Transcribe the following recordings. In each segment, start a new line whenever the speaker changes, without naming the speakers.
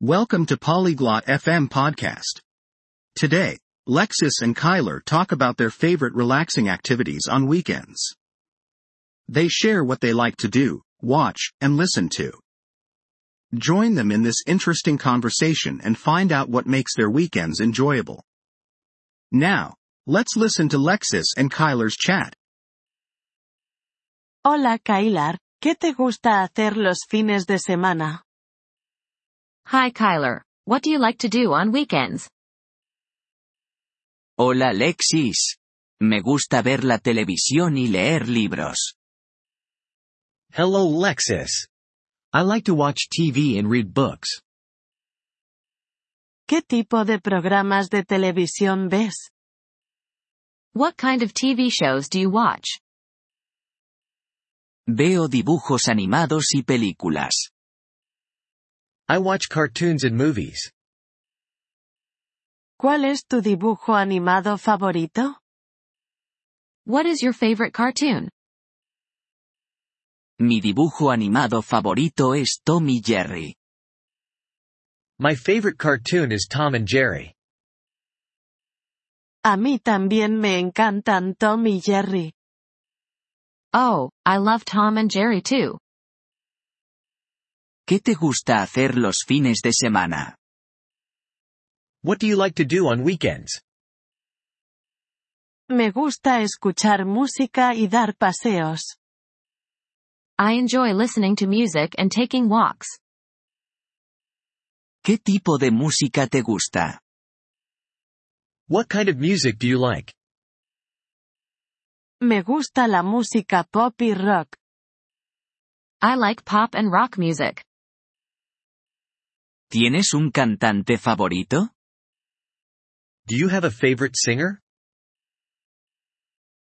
Welcome to Polyglot FM podcast. Today, Lexus and Kyler talk about their favorite relaxing activities on weekends. They share what they like to do, watch, and listen to. Join them in this interesting conversation and find out what makes their weekends enjoyable. Now, let's listen to Lexus and Kyler's chat.
Hola Kailar, ¿qué te gusta hacer los fines de semana?
Hi Kyler, what do you like to do on weekends?
Hola Lexis. Me gusta ver la televisión y leer libros.
Hello Lexis. I like to watch TV and read books.
¿Qué tipo de programas de televisión ves?
What kind of TV shows do you watch?
Veo dibujos animados y películas.
I watch cartoons and movies.
¿Cuál es tu dibujo animado favorito?
What is your favorite cartoon?
Mi dibujo animado favorito es Tom y Jerry.
My favorite cartoon is Tom and Jerry.
A mí también me encantan Tom y Jerry.
Oh, I love Tom and Jerry too.
¿Qué te gusta hacer los fines de semana?
What do you like to do on weekends?
Me gusta escuchar música y dar paseos.
I enjoy listening to music and taking walks.
¿Qué tipo de música te gusta?
What kind of music do you like?
Me gusta la música pop y rock.
I like pop and rock music.
¿Tienes un cantante favorito?
Do you have a favorite singer?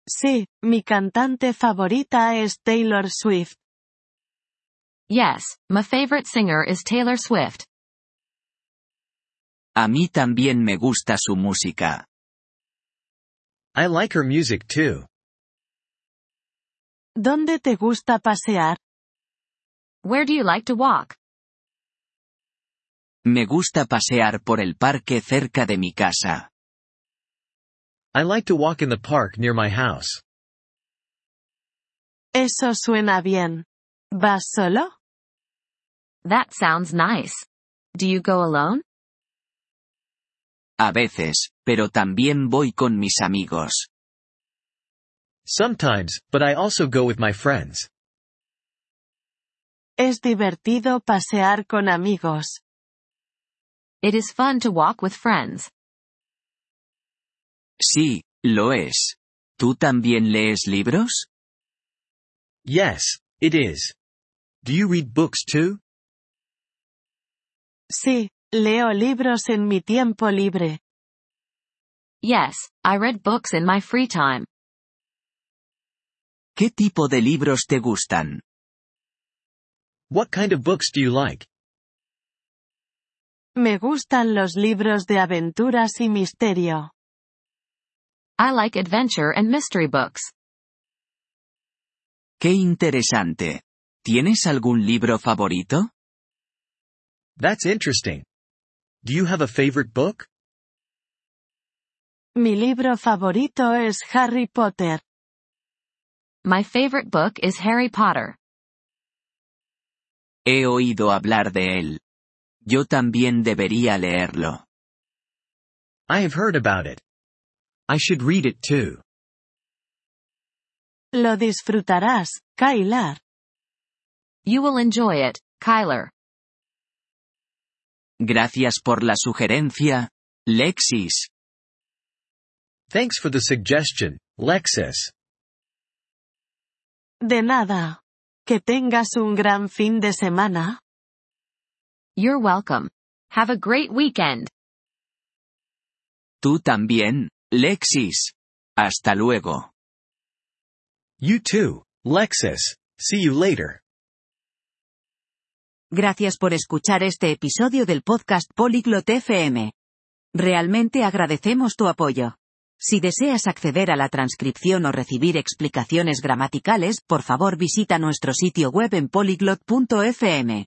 Sí, mi cantante favorita es Taylor Swift.
Yes, my favorite singer is Taylor Swift.
A mí también me gusta su música.
I like her music too.
¿Dónde te gusta pasear?
Where do you like to walk?
Me gusta pasear por el parque cerca de mi casa.
I like to walk in the park near my house.
Eso suena bien. ¿Vas solo?
That sounds nice. Do you go alone?
A veces, pero también voy con mis amigos.
Sometimes, but I also go with my friends.
Es divertido pasear con amigos.
It is fun to walk with friends.
Sí, lo es. ¿Tú también lees libros?
Yes, it is. Do you read books too?
Sí, leo libros en mi tiempo libre.
Yes, I read books in my free time.
¿Qué tipo de libros te gustan?
What kind of books do you like?
Me gustan los libros de aventuras y misterio.
I like adventure and mystery books.
Qué interesante. ¿Tienes algún libro favorito?
That's interesting. Do you have a favorite book?
Mi libro favorito es Harry Potter.
My favorite book is Harry Potter.
He oído hablar de él. Yo también debería leerlo.
I have heard about it. I should read it too.
Lo disfrutarás, Kailar.
You will enjoy it, Kyler.
Gracias por la sugerencia, Lexis.
Thanks for the suggestion, Lexis.
De nada. Que tengas un gran fin de semana.
You're welcome. Have a great weekend.
Tú también, Lexis. Hasta luego.
You too, Lexis. See you later.
Gracias por escuchar este episodio del podcast Polyglot FM. Realmente agradecemos tu apoyo. Si deseas acceder a la transcripción o recibir explicaciones gramaticales, por favor visita nuestro sitio web en polyglot.fm.